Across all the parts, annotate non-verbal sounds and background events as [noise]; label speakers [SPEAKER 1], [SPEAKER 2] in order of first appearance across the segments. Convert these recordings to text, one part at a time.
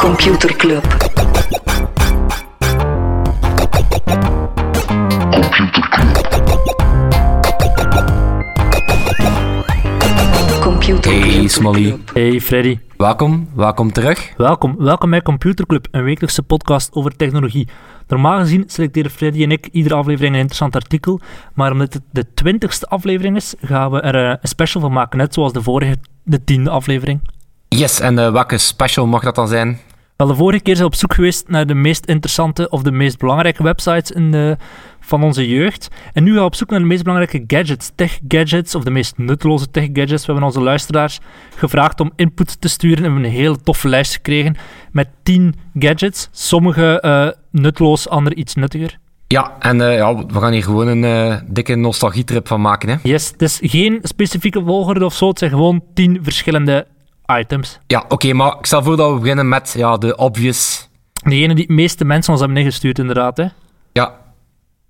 [SPEAKER 1] Computer Club. Computer Club.
[SPEAKER 2] Hey Smolly,
[SPEAKER 3] Hey Freddy,
[SPEAKER 2] welkom, welkom terug.
[SPEAKER 3] welkom. Welkom bij Computer Club, een wekelijkse podcast over technologie. Normaal gezien selecteren Freddy en ik iedere aflevering een interessant artikel, maar omdat het de twintigste aflevering is, gaan we er eh, een special van maken, net zoals de vorige, de tiende aflevering.
[SPEAKER 2] Yes, en eh, welke special mag dat dan zijn?
[SPEAKER 3] Wel, de vorige keer zijn we op zoek geweest naar de meest interessante of de meest belangrijke websites in de, van onze jeugd. En nu gaan we op zoek naar de meest belangrijke gadgets, tech-gadgets of de meest nutteloze tech-gadgets. We hebben onze luisteraars gevraagd om input te sturen en we hebben een hele toffe lijst gekregen met 10 gadgets. Sommige eh, nutteloos, andere iets nuttiger.
[SPEAKER 2] Ja, en eh, ja, we gaan hier gewoon een eh, dikke nostalgietrip van maken. Hè?
[SPEAKER 3] Yes, het is geen specifieke volgorde of zo, het zijn gewoon 10 verschillende items.
[SPEAKER 2] Ja, oké, maar ik stel voor dat we beginnen met ja, de obvious.
[SPEAKER 3] Degene die de meeste mensen ons hebben ingestuurd inderdaad, hè.
[SPEAKER 2] Ja,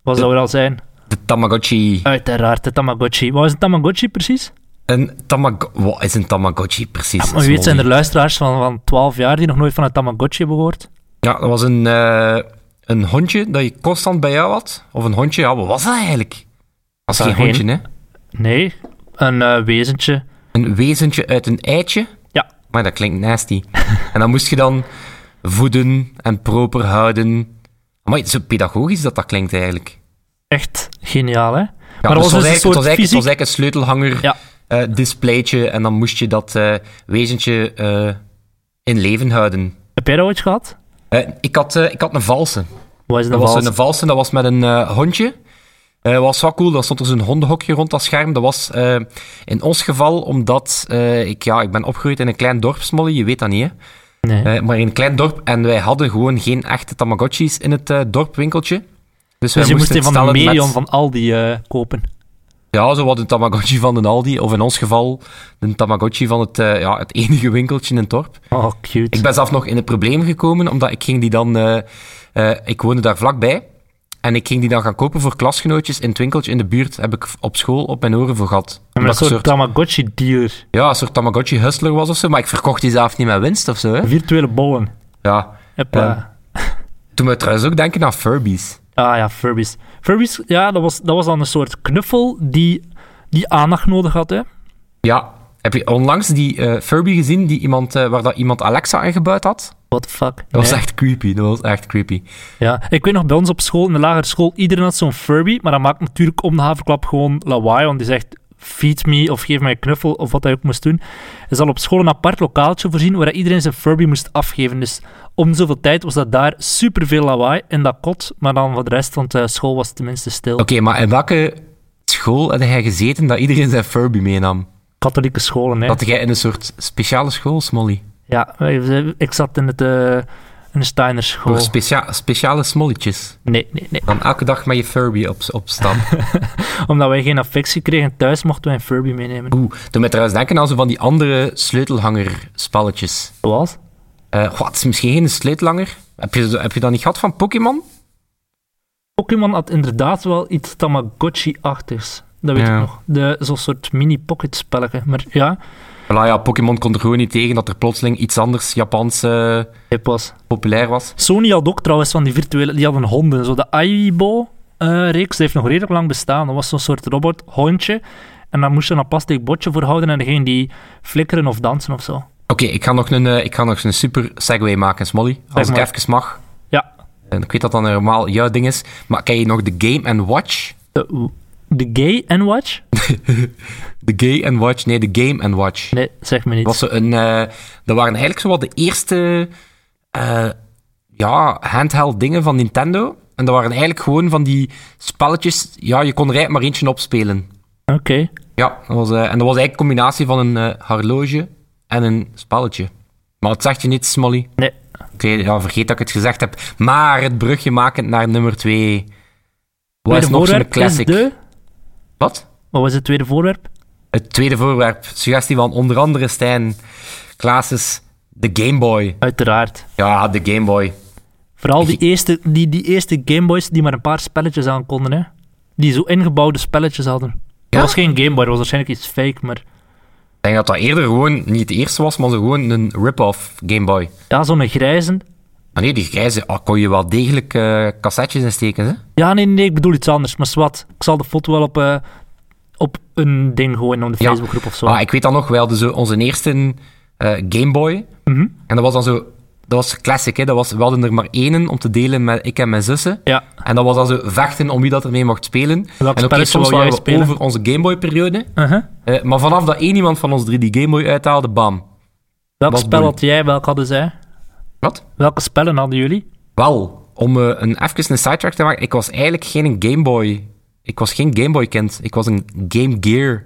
[SPEAKER 3] Wat zou er al zijn?
[SPEAKER 2] de Tamagotchi.
[SPEAKER 3] Uiteraard, de Tamagotchi. Wat is een Tamagotchi precies?
[SPEAKER 2] Een Tamag... Wat is een Tamagotchi precies?
[SPEAKER 3] Maar wie weet zijn er
[SPEAKER 2] Smolly?
[SPEAKER 3] luisteraars van, van 12 jaar die nog nooit van een Tamagotchi hebben gehoord.
[SPEAKER 2] Ja, dat was een, eh, een hondje dat je constant bij jou had. Of een hondje, ja, wat was dat eigenlijk? Dat is
[SPEAKER 3] Dat
[SPEAKER 2] geen
[SPEAKER 3] was
[SPEAKER 2] hondje,
[SPEAKER 3] geen-
[SPEAKER 2] hè?
[SPEAKER 3] Nee, een eh, wezentje.
[SPEAKER 2] Een wezentje uit een eitje.
[SPEAKER 3] Ja,
[SPEAKER 2] Maar dat klinkt nasty. [laughs] en dan moest je dan voeden en proper houden. Maar zo pedagogisch dat dat klinkt eigenlijk.
[SPEAKER 3] echt geniaal, hè?
[SPEAKER 2] Ja,
[SPEAKER 3] maar dat
[SPEAKER 2] dus
[SPEAKER 3] was dus een
[SPEAKER 2] het, was eigenlijk, het,
[SPEAKER 3] soort
[SPEAKER 2] was eigenlijk, het was
[SPEAKER 3] fysiek...
[SPEAKER 2] eigenlijk een sleutelhanger
[SPEAKER 3] Ja.
[SPEAKER 2] eh, displaytje en dan moest je dat eh, wezentje eh, in leven houden.
[SPEAKER 3] Heb jij dat ooit gehad?
[SPEAKER 2] Eh, ik, had, eh, ik had een valse.
[SPEAKER 3] Wat is
[SPEAKER 2] Dat
[SPEAKER 3] dat
[SPEAKER 2] was
[SPEAKER 3] vals?
[SPEAKER 2] een valse, dat was met een eh, hondje. Eh, Dat was wel cool, dan stond er zo'n hondenhokje rond dat scherm. Dat was eh, in ons geval omdat eh, ik, ja, ik ben opgegroeid in een klein dorp, Smolly, je weet dat niet hè.
[SPEAKER 3] Nee.
[SPEAKER 2] Eh, maar in een klein dorp. En wij hadden gewoon geen echte Tamagotchis in het eh, dorpwinkeltje. Dus, wij
[SPEAKER 3] dus je moest
[SPEAKER 2] moesten het
[SPEAKER 3] die van de
[SPEAKER 2] stellen
[SPEAKER 3] Medion
[SPEAKER 2] met-
[SPEAKER 3] van Aldi eh, kopen.
[SPEAKER 2] Ja, zo wat een Tamagotchi van de Aldi. Of in ons geval, een Tamagotchi van het, eh, ja, het [laughs] enige winkeltje in het dorp.
[SPEAKER 3] Oh, cute.
[SPEAKER 2] Ik ben zelf nog in het probleem gekomen, omdat ik ging die dan... eh, eh, ik woonde daar vlakbij. En ik ging die dan gaan kopen voor klasgenootjes in het winkeltje in de buurt. Heb ik op school op mijn oren voor gehad.
[SPEAKER 3] Maar
[SPEAKER 2] Omdat
[SPEAKER 3] een
[SPEAKER 2] ik
[SPEAKER 3] soort Tamagotchi-dealer.
[SPEAKER 2] ja, een soort Tamagotchi-hustler was of zo. Maar ik verkocht die zelf niet met winst of zo. Hè?
[SPEAKER 3] Virtuele bollen.
[SPEAKER 2] Ja.
[SPEAKER 3] Hoppa.
[SPEAKER 2] Toen we trouwens ook denken aan Furbies.
[SPEAKER 3] Ah ja, Furbies. Furbies, ja, dat was, dat was dan een soort knuffel die, die aandacht nodig had, hè?
[SPEAKER 2] Ja. Heb je onlangs die eh, Furby gezien die iemand, eh, waar dat iemand Alexa ingebouwd had? Dat
[SPEAKER 3] What the fuck? Dat
[SPEAKER 2] was echt creepy. Dat was echt creepy.
[SPEAKER 3] Ja, ik weet nog bij ons op school, in de lagere school, iedereen had zo'n Furby, maar dat maakt natuurlijk om de haverklap gewoon lawaai, want die zegt feed me of geef mij een knuffel of wat hij ook moest doen. Er is al op school een apart lokaaltje voorzien waar iedereen zijn Furby moest afgeven. Dus om zoveel tijd was dat daar superveel lawaai in dat kot, maar dan voor de rest, want eh, school was tenminste stil.
[SPEAKER 2] Oké, maar in welke school had jij gezeten dat iedereen zijn Furby meenam?
[SPEAKER 3] Katholieke scholen, hè.
[SPEAKER 2] Dat jij in een soort speciale school, Smolly?
[SPEAKER 3] Ja, wij- ik zat in, het, eh, in de Steiner school.
[SPEAKER 2] Voor specia- speciale smolletjes.
[SPEAKER 3] Nee, nee, nee.
[SPEAKER 2] Dan elke dag met je Furby op, op stap.
[SPEAKER 3] Omdat wij geen affectie kregen thuis, mochten wij een Furby meenemen.
[SPEAKER 2] Oeh, doe mij trouwens denken aan zo van die andere sleutelhanger-spelletjes.
[SPEAKER 3] Zoals?
[SPEAKER 2] Eh goh, het is misschien geen sleutelhanger. Heb je, heb je dat niet gehad van Pokémon?
[SPEAKER 3] Pokémon had inderdaad wel iets Tamagotchi-achtigs. Dat weet
[SPEAKER 2] Ja.
[SPEAKER 3] ik nog. De- Zo'n soort mini-pocket spelletje. Maar ja,
[SPEAKER 2] Voilà, ja, Pokémon kon er gewoon niet tegen dat er plotseling iets anders Japans eh,
[SPEAKER 3] hip was.
[SPEAKER 2] populair was.
[SPEAKER 3] Sony had ook trouwens van die virtuele... Die hadden honden. Zo de Aibo-reeks, die heeft nog redelijk lang bestaan. Dat was zo'n soort robot-hondje. En daar moest je een plastic botje voor houden. En dan ging die flikkeren of dansen of zo.
[SPEAKER 2] Oké, ik ga nog een, eh, ik ga nog een super segue maken, Smolly. Als
[SPEAKER 3] Zeg maar.
[SPEAKER 2] ik even mag.
[SPEAKER 3] Ja,
[SPEAKER 2] En ik weet dat dat normaal jouw ding is. Maar ken je nog de Game and Watch?
[SPEAKER 3] de, de Gay and Watch?
[SPEAKER 2] De Gay and Watch? Nee, de Game and Watch.
[SPEAKER 3] Nee, zeg me
[SPEAKER 2] Dat, was
[SPEAKER 3] niet.
[SPEAKER 2] zo een, eh, dat waren eigenlijk zo wat de eerste eh, ja, handheld dingen van Nintendo. En dat waren eigenlijk gewoon van die spelletjes. Ja, je kon er eigenlijk maar eentje opspelen.
[SPEAKER 3] Oké.
[SPEAKER 2] Ja, dat was, eh, en dat was eigenlijk een combinatie van een eh, horloge en een spelletje. Maar het zegt je niet, Smolly.
[SPEAKER 3] Nee.
[SPEAKER 2] Oké, ja, vergeet dat ik het gezegd heb. Maar het brugje makend naar nummer 2. Wat
[SPEAKER 3] Tweede
[SPEAKER 2] is nog zo'n
[SPEAKER 3] voorwerp is
[SPEAKER 2] classic?
[SPEAKER 3] de...
[SPEAKER 2] Wat?
[SPEAKER 3] Wat was het tweede voorwerp?
[SPEAKER 2] Het tweede voorwerp. Suggestie van onder andere Stijn Klaasens. De Game Boy.
[SPEAKER 3] Uiteraard.
[SPEAKER 2] Ja, de Game Boy.
[SPEAKER 3] Vooral die eerste, die, die eerste Gameboys die maar een paar spelletjes aan konden, hè. Die zo ingebouwde spelletjes hadden.
[SPEAKER 2] Ja?
[SPEAKER 3] Dat was geen Gameboy, dat was waarschijnlijk iets fake, maar...
[SPEAKER 2] denk dat dat eerder gewoon niet de eerste was, maar zo gewoon een rip-off Game Boy.
[SPEAKER 3] Ja, zo'n grijze.
[SPEAKER 2] Ah nee, die grijze ah, kon je wel degelijk eh cassettes insteken, hè?
[SPEAKER 3] Ja, nee, nee, ik bedoel iets anders. Maar zwart, ik zal de foto wel op, eh, op een ding gooien, op de Facebookgroep of zo.
[SPEAKER 2] Ah, ik weet dan nog wel, dus onze eerste eh Game Boy.
[SPEAKER 3] Mhm.
[SPEAKER 2] En dat was dan zo... Dat was classic, hè. Dat was, we hadden er maar één om te delen met ik en mijn zussen.
[SPEAKER 3] Ja.
[SPEAKER 2] En dat was dan zo vechten om wie dat ermee mocht spelen. en ook
[SPEAKER 3] spelletje
[SPEAKER 2] soms
[SPEAKER 3] wou
[SPEAKER 2] waren
[SPEAKER 3] jij
[SPEAKER 2] we
[SPEAKER 3] spelen?
[SPEAKER 2] over onze Game Boy-periode.
[SPEAKER 3] Uh-huh.
[SPEAKER 2] Eh, maar vanaf dat één iemand van ons drie die Game Boy uithaalde, bam.
[SPEAKER 3] Welk
[SPEAKER 2] Wat
[SPEAKER 3] spel
[SPEAKER 2] bedoel
[SPEAKER 3] had jij, welk hadden zij?
[SPEAKER 2] Wat?
[SPEAKER 3] Welke spellen hadden jullie?
[SPEAKER 2] Wel, om eh, een, even een sidetrack te maken. Ik was eigenlijk geen Game Boy... Ik was geen Game Boy kind. Ik was een Game Gear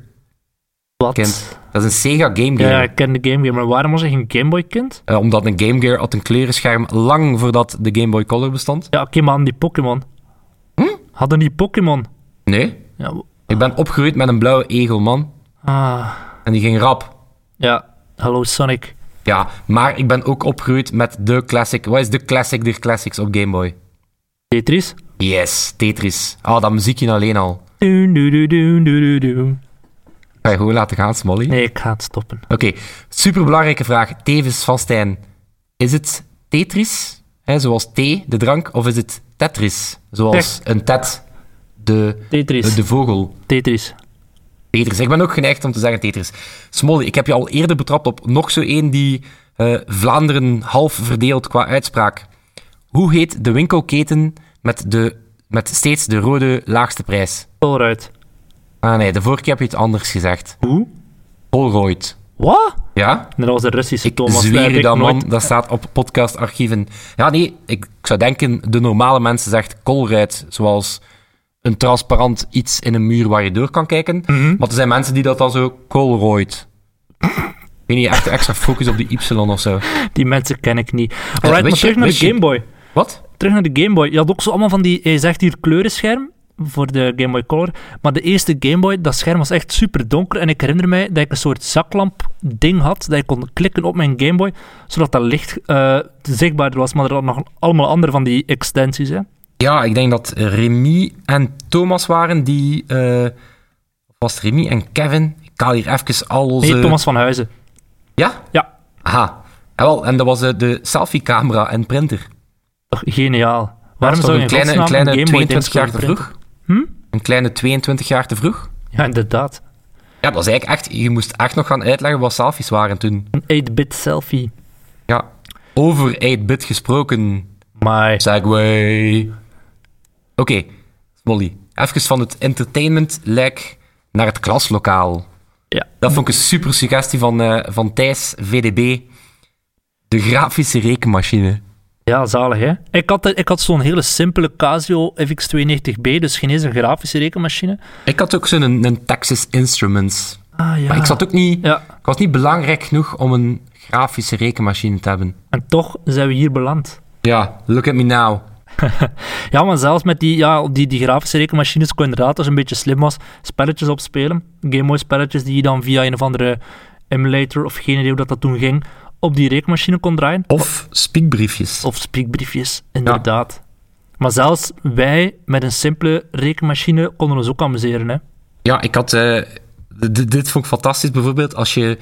[SPEAKER 3] Wat?
[SPEAKER 2] kind. Dat is een Sega Game Gear.
[SPEAKER 3] Ja, ik ken de Game Gear, maar waarom was ik geen Game Boy kind?
[SPEAKER 2] Eh, omdat een Game Gear had een kleurenscherm lang voordat de Game Boy Color bestond.
[SPEAKER 3] Ja, oké, maar hadden die Pokémon?
[SPEAKER 2] Hm?
[SPEAKER 3] Hadden die Pokémon?
[SPEAKER 2] Nee.
[SPEAKER 3] Ja, w-
[SPEAKER 2] Ik ben opgegroeid met een blauwe egel, man.
[SPEAKER 3] ah,
[SPEAKER 2] En die ging rap.
[SPEAKER 3] ja, hallo Sonic.
[SPEAKER 2] Ja, maar ik ben ook opgegroeid met de classic. Wat is de classic der classics op Game Boy?
[SPEAKER 3] Tetris?
[SPEAKER 2] Yes, Tetris. Ah, dat muziekje alleen al.
[SPEAKER 3] Doen, doen, doen, doen, doen, doen, doen.
[SPEAKER 2] Ga je gewoon laten gaan, Smolly?
[SPEAKER 3] Nee, ik ga het stoppen.
[SPEAKER 2] Oké, superbelangrijke vraag. Tevens van Stijn. Is het Tetris, hè, zoals T, de drank, of is het Tetris, zoals een tet, de,
[SPEAKER 3] Tetris.
[SPEAKER 2] de vogel?
[SPEAKER 3] Tetris.
[SPEAKER 2] Tetris. Ik ben ook geneigd om te zeggen Tetris. Smolly, ik heb je al eerder betrapt op nog zo één die eh, Vlaanderen half verdeelt qua uitspraak. Hoe heet de winkelketen met, de, met steeds de rode laagste prijs?
[SPEAKER 3] Vooruit.
[SPEAKER 2] Ah nee, de vorige keer heb je het anders gezegd.
[SPEAKER 3] Hoe?
[SPEAKER 2] Polroyd.
[SPEAKER 3] Wat?
[SPEAKER 2] Ja?
[SPEAKER 3] Nee, dat was de Russische
[SPEAKER 2] Ik
[SPEAKER 3] Thomas. daar
[SPEAKER 2] zweer
[SPEAKER 3] heb
[SPEAKER 2] je
[SPEAKER 3] ik
[SPEAKER 2] dat, man.
[SPEAKER 3] nooit-
[SPEAKER 2] Dat staat op podcastarchieven. Ja, nee, ik, ik zou denken, de normale mensen zegt Colruyt, zoals een transparant iets in een muur waar je door kan kijken.
[SPEAKER 3] Mhm.
[SPEAKER 2] Maar er zijn mensen die dat dan zo Colruyt. ik weet niet, echt extra focus op die Y of zo.
[SPEAKER 3] Die mensen ken ik niet. Alright,
[SPEAKER 2] wist
[SPEAKER 3] maar
[SPEAKER 2] je-
[SPEAKER 3] terug naar de
[SPEAKER 2] wist je-
[SPEAKER 3] Game Boy.
[SPEAKER 2] Wat?
[SPEAKER 3] Terug naar de Game Boy. Je had ook zo allemaal van die... Je zegt hier kleurenscherm voor de Game Boy Color. Maar de eerste Game Boy, dat scherm was echt super donker. En ik herinner mij dat ik een soort zaklamp ding had. Dat ik kon klikken op mijn Game Boy. Zodat dat licht eh, zichtbaarder was. Maar er waren nog allemaal andere van die extensies. Hè.
[SPEAKER 2] Ja, ik denk dat Remy en Thomas waren die... eh, of was het Remy en Kevin? Ik haal hier even al onze...
[SPEAKER 3] Nee, Thomas van Huizen.
[SPEAKER 2] Ja?
[SPEAKER 3] Ja,
[SPEAKER 2] Aha. Ja, wel, en dat was eh, de selfie-camera en printer.
[SPEAKER 3] toch geniaal. Waarom
[SPEAKER 2] Dat is
[SPEAKER 3] zou je
[SPEAKER 2] toch
[SPEAKER 3] in
[SPEAKER 2] een kleine, een
[SPEAKER 3] godsnaam
[SPEAKER 2] kleine
[SPEAKER 3] Game Hm? Boy
[SPEAKER 2] 22 jaar te
[SPEAKER 3] printen?
[SPEAKER 2] vroeg? Een kleine 22 jaar te vroeg?
[SPEAKER 3] Ja, inderdaad.
[SPEAKER 2] Ja, dat is eigenlijk echt... Je moest echt nog gaan uitleggen wat selfies waren toen.
[SPEAKER 3] Een 8-bit selfie.
[SPEAKER 2] Ja. Over 8-bit gesproken.
[SPEAKER 3] Maar...
[SPEAKER 2] Segway. Oké, Molly. Even van het entertainment-lijk naar het klaslokaal.
[SPEAKER 3] Ja.
[SPEAKER 2] Dat vond ik een super suggestie van, eh, van Thijs, VDB. De grafische rekenmachine.
[SPEAKER 3] Ja, zalig hè. Ik had, ik had zo'n hele simpele Casio FX92B, dus geen eens een grafische rekenmachine.
[SPEAKER 2] Ik had ook zo'n een, een Texas Instruments.
[SPEAKER 3] Ah ja.
[SPEAKER 2] Maar ik zat ook niet...
[SPEAKER 3] Ja,
[SPEAKER 2] Ik was niet belangrijk genoeg om een grafische rekenmachine te hebben.
[SPEAKER 3] en toch zijn we hier beland.
[SPEAKER 2] Ja, look at me now.
[SPEAKER 3] Ja, maar zelfs met die, ja, die, die grafische rekenmachines kon je inderdaad, als je een beetje slim was, spelletjes opspelen. Game Boy spelletjes die je dan via een of andere emulator of geen idee hoe dat, dat toen ging, op die rekenmachine kon draaien.
[SPEAKER 2] Of spiekbriefjes.
[SPEAKER 3] Of spreekbriefjes, inderdaad. Maar zelfs wij met een simpele rekenmachine konden ons ook amuseren hè.
[SPEAKER 2] Ja, ik had... eh, d- d- dit vond ik fantastisch, bijvoorbeeld als je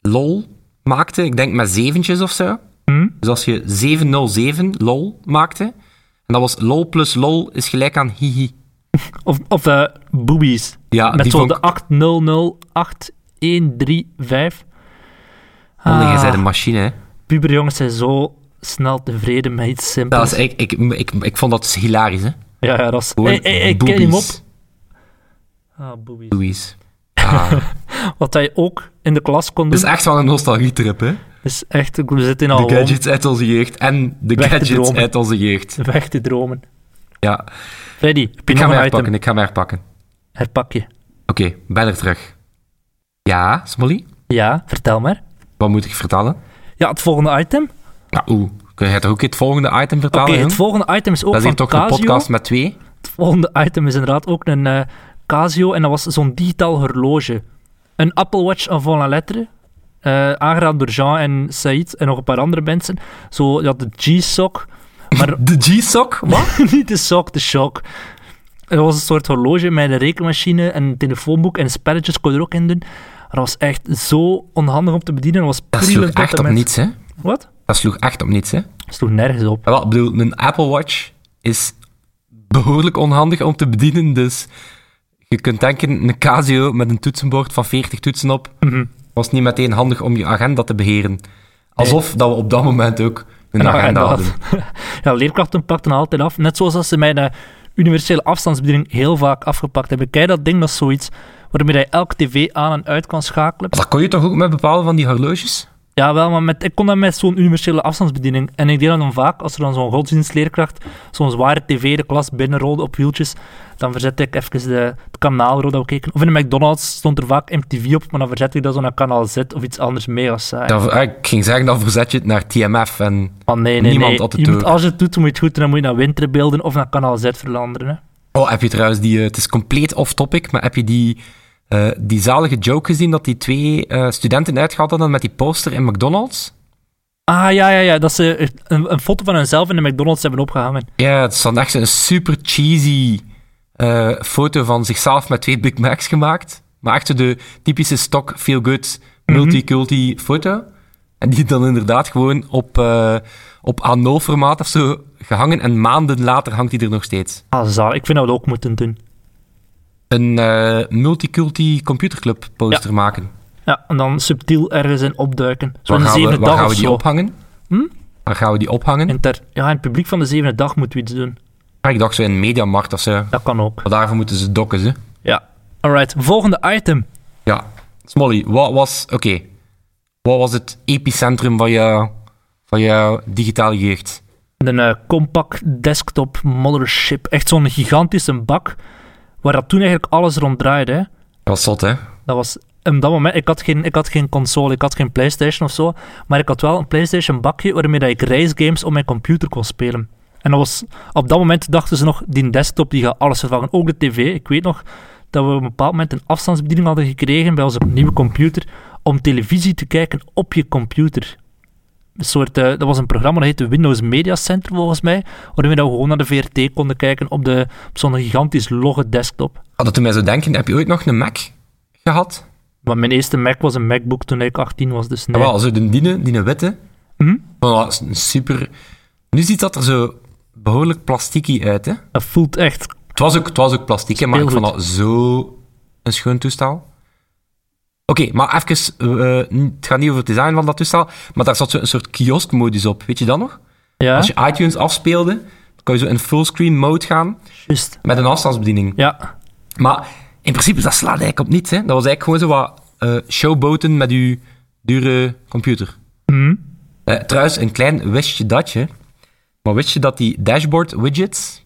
[SPEAKER 2] lol maakte, ik denk met zeventjes of zo.
[SPEAKER 3] Hmm?
[SPEAKER 2] Dus als je 707 lol maakte, en dat was lol plus lol is gelijk aan hihi.
[SPEAKER 3] Of, of eh, boobies.
[SPEAKER 2] Ja,
[SPEAKER 3] Met
[SPEAKER 2] die
[SPEAKER 3] zo
[SPEAKER 2] vond
[SPEAKER 3] de
[SPEAKER 2] ik...
[SPEAKER 3] 800835.
[SPEAKER 2] Molly, jij
[SPEAKER 3] Ah.
[SPEAKER 2] zei de machine, hè.
[SPEAKER 3] Puberjongens zijn zo snel tevreden met iets
[SPEAKER 2] Dat
[SPEAKER 3] simpels.
[SPEAKER 2] was, ik, ik, ik, ik, vond dat hilarisch, hè.
[SPEAKER 3] Ja, ja, dat is...
[SPEAKER 2] Gewoon
[SPEAKER 3] Hey, hey, hey, Eh, ken je hem op?
[SPEAKER 2] boobies.
[SPEAKER 3] Ah, boobies.
[SPEAKER 2] Boobies.
[SPEAKER 3] [laughs]
[SPEAKER 2] Ah,
[SPEAKER 3] Wat dat je ook in de klas kon
[SPEAKER 2] dat
[SPEAKER 3] doen,
[SPEAKER 2] is echt wel een nostalgietrip, hè.
[SPEAKER 3] is echt... We zitten al
[SPEAKER 2] Dus De
[SPEAKER 3] om
[SPEAKER 2] gadgets uit onze jeugd en de
[SPEAKER 3] Weg te
[SPEAKER 2] gadgets
[SPEAKER 3] dromen.
[SPEAKER 2] uit onze jeugd.
[SPEAKER 3] weg te dromen.
[SPEAKER 2] Ja,
[SPEAKER 3] Freddy, heb je
[SPEAKER 2] ik
[SPEAKER 3] nog
[SPEAKER 2] ga me
[SPEAKER 3] een item?
[SPEAKER 2] herpakken, ik ga me herpakken.
[SPEAKER 3] Herpak je.
[SPEAKER 2] Oké, ben er terug. Ja, Smolly?
[SPEAKER 3] Ja, vertel maar.
[SPEAKER 2] Wat moet ik vertellen?
[SPEAKER 3] Ja, het volgende item. Oké,
[SPEAKER 2] Ja, oeh. Kun jij toch ook het volgende item vertellen, jong?
[SPEAKER 3] het volgende item is ook
[SPEAKER 2] Dat is
[SPEAKER 3] van
[SPEAKER 2] hier toch
[SPEAKER 3] Casio.
[SPEAKER 2] een podcast met twee?
[SPEAKER 3] Het volgende item is inderdaad ook een eh, Casio en dat was zo'n digitaal horloge. Een Apple Watch avant la lettre. eh, aangeraden door Jean en Said en nog een paar andere mensen. Zo, ja, de G-Sock.
[SPEAKER 2] [laughs]
[SPEAKER 3] Maar
[SPEAKER 2] De G-Sock? Wat?
[SPEAKER 3] [laughs] niet de sok, de shock. Het was een soort horloge met een rekenmachine en een telefoonboek en spelletjes kon je er ook in doen. Maar dat was echt zo onhandig om te bedienen. Dat was
[SPEAKER 2] Dat
[SPEAKER 3] prille
[SPEAKER 2] sloeg echt op
[SPEAKER 3] plattement.
[SPEAKER 2] niets, hè?
[SPEAKER 3] Wat?
[SPEAKER 2] Dat sloeg echt op niets, hè?
[SPEAKER 3] Dat sloeg nergens op.
[SPEAKER 2] Ja, Wel, ik bedoel, een Apple Watch is behoorlijk onhandig om te bedienen, dus je kunt denken, een Casio met een toetsenbord van 40 toetsen op, was niet meteen handig om je agenda te beheren. Alsof dat we op dat moment ook een
[SPEAKER 3] Een
[SPEAKER 2] agenda
[SPEAKER 3] agenda
[SPEAKER 2] hadden.
[SPEAKER 3] Nou, [laughs] Ja, leerkrachten pakten dat altijd af. Net zoals dat ze mij de universele afstandsbediening heel vaak afgepakt hebben. Kijk, dat ding, dat is zoiets waarmee je elk tv aan en uit kan schakelen.
[SPEAKER 2] Dat kon je toch ook met bepaalde van die horloges?
[SPEAKER 3] Ja, wel, maar met, ik kon dat met zo'n universele afstandsbediening. En ik deed dat dan vaak, als er dan zo'n godsdienstleerkracht zo'n zware tv de klas binnenrolde op wieltjes, dan verzette ik even de, het kanaal waarop dat we keken. Of in de McDonald's stond er vaak MTV op, maar dan verzette ik dat zo naar kanaal Z of iets anders eh, mega saai.
[SPEAKER 2] Dat, ah, ik ging zeggen, dat verzet je het naar TMF en...
[SPEAKER 3] Maar nee, nee,
[SPEAKER 2] niemand
[SPEAKER 3] nee.
[SPEAKER 2] had het
[SPEAKER 3] je moet,
[SPEAKER 2] door.
[SPEAKER 3] als je het doet, dan moet je het goed doen. Dan moet je naar winterbeelden of naar kanaal Z veranderen. Hè.
[SPEAKER 2] Oh, heb je trouwens die... eh, het is compleet off-topic, maar heb je die, eh, die zalige joke gezien dat die twee eh, studenten uitgehaald hadden met die poster in McDonald's?
[SPEAKER 3] Ah, ja, ja, ja. Dat ze een, een foto van hunzelf in de McDonald's hebben opgehangen.
[SPEAKER 2] Ja, het is dan echt een super cheesy eh, foto van zichzelf met twee Big Macs gemaakt. Maar echt zo de typische stock feel good
[SPEAKER 3] Mhm.
[SPEAKER 2] multiculti foto. En die dan inderdaad gewoon op, eh op A0-formaat of zo gehangen. En maanden later hangt die er nog steeds.
[SPEAKER 3] Ah, zaal. Ik vind dat we dat ook moeten doen.
[SPEAKER 2] Een eh multiculti computerclub poster maken.
[SPEAKER 3] Ja, en dan subtiel ergens in opduiken.
[SPEAKER 2] Waar
[SPEAKER 3] Zo'n
[SPEAKER 2] gaan, we,
[SPEAKER 3] zevende
[SPEAKER 2] waar
[SPEAKER 3] dag
[SPEAKER 2] gaan
[SPEAKER 3] of
[SPEAKER 2] we die
[SPEAKER 3] zo.
[SPEAKER 2] ophangen?
[SPEAKER 3] Hm?
[SPEAKER 2] Waar gaan we die ophangen?
[SPEAKER 3] In ter, ja, in het publiek van de zevende dag moeten we iets doen.
[SPEAKER 2] Ah, Ik dacht zo in Mediamarkt of zo.
[SPEAKER 3] Dat kan ook.
[SPEAKER 2] Maar daarvoor moeten ze dokken, ze.
[SPEAKER 3] Ja. Alright, volgende item.
[SPEAKER 2] Ja, Smolly, wat was, oké, wat was het epicentrum van jouw, van jouw digitale jeugd?
[SPEAKER 3] Een eh, compact desktop mothership. Echt zo'n gigantische bak. Waar dat toen eigenlijk alles rond draaide. Hè.
[SPEAKER 2] Dat was zot, hè?
[SPEAKER 3] Dat was op dat moment. Ik had, geen, ik had geen console, ik had geen PlayStation of zo. Maar ik had wel een PlayStation bakje waarmee dat ik racegames op mijn computer kon spelen. En dat was, op dat moment dachten ze nog: die desktop die gaat alles vervangen. Ook de tv. Ik weet nog dat we op een bepaald moment een afstandsbediening hadden gekregen bij onze nieuwe computer. om televisie te kijken op je computer. Een soort, eh, dat was een programma dat heette Windows Media Center volgens mij. Waarmee dat we gewoon naar de VRT konden kijken op, de- op zo'n gigantisch logge desktop.
[SPEAKER 2] Ah, dat toen mij zo denken, heb je ooit nog een Mac gehad?
[SPEAKER 3] Maar mijn eerste Mac was een MacBook toen ik 18 was, dus nee.
[SPEAKER 2] Ja, Ah, wel, zo de diene, die witte.
[SPEAKER 3] Mhm.
[SPEAKER 2] Van, ah, is een super... Nu ziet dat er zo behoorlijk plastiekie uit, hè?
[SPEAKER 3] Dat voelt echt...
[SPEAKER 2] Het was ook, het was ook plastiek, hè, maar ik vond
[SPEAKER 3] Speelgoed.
[SPEAKER 2] dat zo een schoon toestel. Oké, maar even, eh, eh, n- het gaat niet over het design van dat toestel, maar daar zat zo een soort kioskmodus op, weet je dat nog?
[SPEAKER 3] Ja,
[SPEAKER 2] Als je iTunes afspeelde, dan kon je zo in fullscreen mode gaan
[SPEAKER 3] juist.
[SPEAKER 2] met een afstandsbediening.
[SPEAKER 3] Ja,
[SPEAKER 2] Maar in principe, dat slaat eigenlijk op niets. Hè. Dat was eigenlijk gewoon zo wat eh, showboten met uw dure computer. Eh, trouwens, een klein wist je datje. Maar wist je dat die dashboard widgets,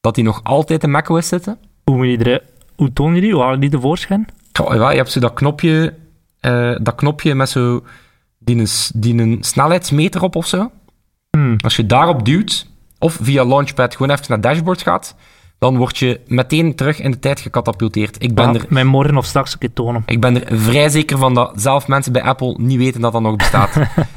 [SPEAKER 2] dat die nog altijd in macOS zitten?
[SPEAKER 3] hoe moet je iedereen... Hoe toon je die? Hoe haal je die tevoorschijn?
[SPEAKER 2] Goh, ja, je hebt zo dat knopje, eh, dat knopje met zo die een, s- die een snelheidsmeter op of zo.
[SPEAKER 3] Hmm.
[SPEAKER 2] Als je daarop duwt, of via Launchpad gewoon even naar dashboard gaat, dan word je meteen terug in de tijd gecatapulteerd. Ik ben,
[SPEAKER 3] Ja,
[SPEAKER 2] er,
[SPEAKER 3] Mij morgen of straks een keer tonen.
[SPEAKER 2] ik ben er vrij zeker van dat zelf mensen bij Apple niet weten dat dat nog bestaat.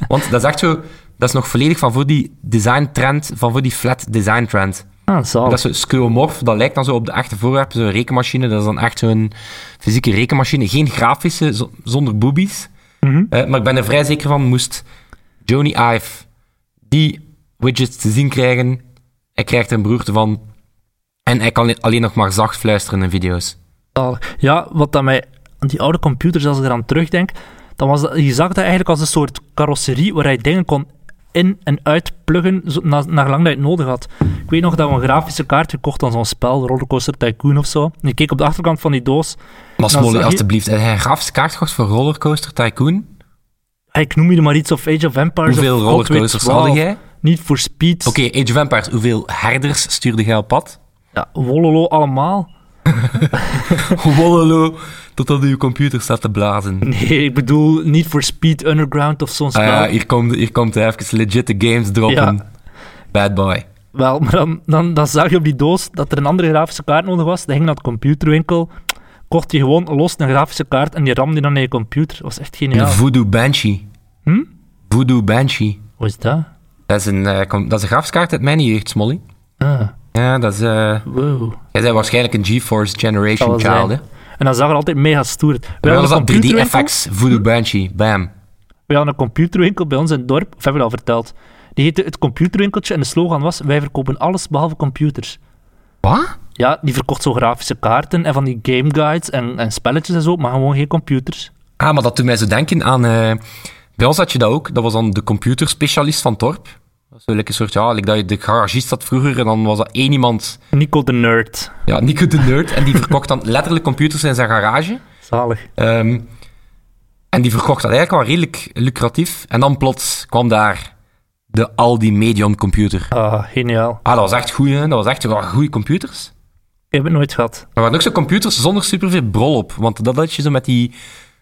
[SPEAKER 2] Want dat is echt zo, dat is nog volledig van voor die design trend, van voor die flat design trend.
[SPEAKER 3] Ah, zalig.
[SPEAKER 2] Dat is zo skeuomorf, dat lijkt dan zo op de echte voorwerpen, zo'n rekenmachine. Dat is dan echt zo'n fysieke rekenmachine. Geen grafische, zo- zonder boobies. Eh, maar ik ben er vrij zeker van, moest Joni Ive die widgets te zien krijgen, hij krijgt er een beroerte van. En hij kan alleen nog maar zacht fluisteren in video's.
[SPEAKER 3] Zalig. Ja, wat dat mij... aan Die oude computers, als ik eraan terugdenk, dan was dat, je zag dat eigenlijk als een soort carrosserie waar je dingen kon in- en uitpluggen zo- na, naar lang dat je het nodig had. Ik weet nog dat we een grafische kaart gekocht aan zo'n spel, Rollercoaster Tycoon of zo. En ik keek op de achterkant van die doos.
[SPEAKER 2] Maar
[SPEAKER 3] Nou,
[SPEAKER 2] Smolly,
[SPEAKER 3] zag je-
[SPEAKER 2] alstublieft, en hij gaf zijn kaartkost voor Rollercoaster Tycoon.
[SPEAKER 3] Hey, Ah, Ik noem je maar iets of Age of Empires
[SPEAKER 2] Hoeveel
[SPEAKER 3] of God weet
[SPEAKER 2] rollercoasters
[SPEAKER 3] wat.
[SPEAKER 2] had jij?
[SPEAKER 3] Niet voor Speed.
[SPEAKER 2] Oké, Age of Empires, hoeveel herders stuurde jij op [laughs] pad?
[SPEAKER 3] Ja, Wololo allemaal.
[SPEAKER 2] Wollelo, totdat uw computer staat te blazen.
[SPEAKER 3] Nee, ik bedoel niet voor Speed Underground of zo'n spel.
[SPEAKER 2] Ah ja, hier komt, hier komt hij even legit de games droppen.
[SPEAKER 3] Ja.
[SPEAKER 2] Bad boy.
[SPEAKER 3] Wel, maar dan, dan, dan zag je op die doos dat er een andere grafische kaart nodig was. Dan ging je naar de computerwinkel, kocht je gewoon los een grafische kaart en die ramde die dan naar je computer. Dat was echt
[SPEAKER 2] Een
[SPEAKER 3] geniaal.
[SPEAKER 2] Voodoo Banshee.
[SPEAKER 3] Hm?
[SPEAKER 2] Voodoo Banshee.
[SPEAKER 3] Hoe is dat?
[SPEAKER 2] Dat is een, eh, kom- dat is een grafskaart uit mijn jeugd, Smolly.
[SPEAKER 3] Ah,
[SPEAKER 2] Ja, dat is... eh,
[SPEAKER 3] wow.
[SPEAKER 2] jij bent waarschijnlijk een GeForce
[SPEAKER 3] Dat
[SPEAKER 2] Generation
[SPEAKER 3] was
[SPEAKER 2] child, hè?
[SPEAKER 3] zijn. En dat zag er altijd mega stoer uit. We
[SPEAKER 2] Dat was
[SPEAKER 3] hadden
[SPEAKER 2] dat
[SPEAKER 3] een computerwinkel-
[SPEAKER 2] 3D-effects, Voodoo Banshee, bam.
[SPEAKER 3] We hadden een computerwinkel bij ons in het dorp, of hebben we al verteld. Die heette het computerwinkeltje en de slogan was, wij verkopen alles behalve computers.
[SPEAKER 2] Wat?
[SPEAKER 3] Ja, die verkocht zo grafische kaarten en van die game guides en, en spelletjes en zo, maar gewoon geen computers.
[SPEAKER 2] Ah, maar dat doet mij zo denken aan... eh, bij ons had je dat ook. Dat was dan de computerspecialist van Torp. Dat is wel like een soort, ja, like dat je de garagist had vroeger en dan was dat één iemand,
[SPEAKER 3] Nico de Nerd.
[SPEAKER 2] ja, Nico de nerd, en die verkocht dan letterlijk computers in zijn garage.
[SPEAKER 3] Zalig.
[SPEAKER 2] Ehm, en die verkocht dat eigenlijk wel redelijk lucratief. En dan plots kwam daar de Aldi Medion computer.
[SPEAKER 3] Ah, geniaal.
[SPEAKER 2] Ah, dat was echt goed, hè. Dat was echt wel goede computers.
[SPEAKER 3] Ik heb het nooit gehad.
[SPEAKER 2] Er waren ook zo computers zonder superveel brol op. Want dat had je zo met die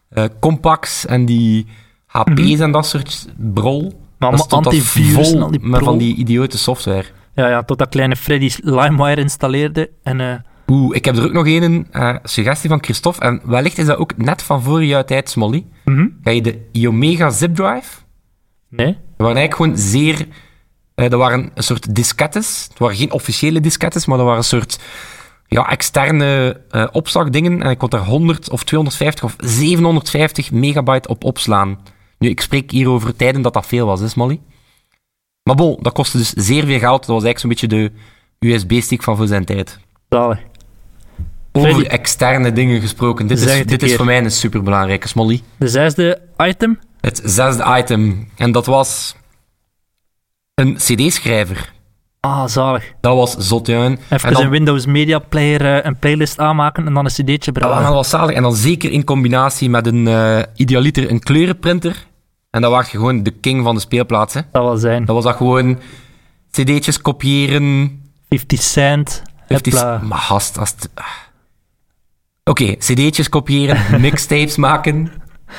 [SPEAKER 2] eh compacts en die HP's en dat soort brol.
[SPEAKER 3] Mhm. Maar
[SPEAKER 2] dat
[SPEAKER 3] allemaal antivirus
[SPEAKER 2] vol
[SPEAKER 3] en al die
[SPEAKER 2] met
[SPEAKER 3] brol.
[SPEAKER 2] van die idiote software.
[SPEAKER 3] Ja, ja, tot dat kleine Freddy's LimeWire installeerde en... eh,
[SPEAKER 2] Oeh, ik heb er ook nog één eh, suggestie van Christophe. En wellicht is dat ook net van voor jouw tijd, Smolly.
[SPEAKER 3] mhm.
[SPEAKER 2] Ga je de Iomega Zip Drive?
[SPEAKER 3] Nee?
[SPEAKER 2] Dat waren eigenlijk gewoon zeer... eh, dat waren een soort diskettes. Het waren geen officiële diskettes, maar dat waren een soort ja, externe eh, opslagdingen. En ik kon daar 100 of 250 of 750 megabyte op opslaan. Nu, ik spreek hier over tijden dat dat veel was, hè, Smolly? Maar bon, dat kostte dus zeer veel geld. Dat was eigenlijk zo'n beetje de USB-stick van voor zijn tijd.
[SPEAKER 3] Zalig.
[SPEAKER 2] Over
[SPEAKER 3] Freddy.
[SPEAKER 2] externe dingen gesproken. Dit,
[SPEAKER 3] Zeg
[SPEAKER 2] is,
[SPEAKER 3] het
[SPEAKER 2] dit
[SPEAKER 3] een
[SPEAKER 2] is
[SPEAKER 3] keer.
[SPEAKER 2] voor mij een superbelangrijke, Smolly.
[SPEAKER 3] De zesde item.
[SPEAKER 2] Het zesde item. En dat was een cd-schrijver.
[SPEAKER 3] Ah, zalig.
[SPEAKER 2] Dat was zot, ja. En
[SPEAKER 3] Even
[SPEAKER 2] dan-
[SPEAKER 3] een Windows Media Player eh, een playlist aanmaken en dan een cd'tje
[SPEAKER 2] Ah,
[SPEAKER 3] brouwen.
[SPEAKER 2] dat was zalig. En dan zeker in combinatie met een eh, idealiter een kleurenprinter. En dan was je gewoon de king van de speelplaatsen.
[SPEAKER 3] Dat zal zijn.
[SPEAKER 2] Dat was dat gewoon cd'tjes kopiëren.
[SPEAKER 3] 50 cent.
[SPEAKER 2] 50
[SPEAKER 3] Hepla.
[SPEAKER 2] Maar gast, als het- ah. Oké, cd'tjes
[SPEAKER 3] [laughs]
[SPEAKER 2] kopiëren, mixtapes maken.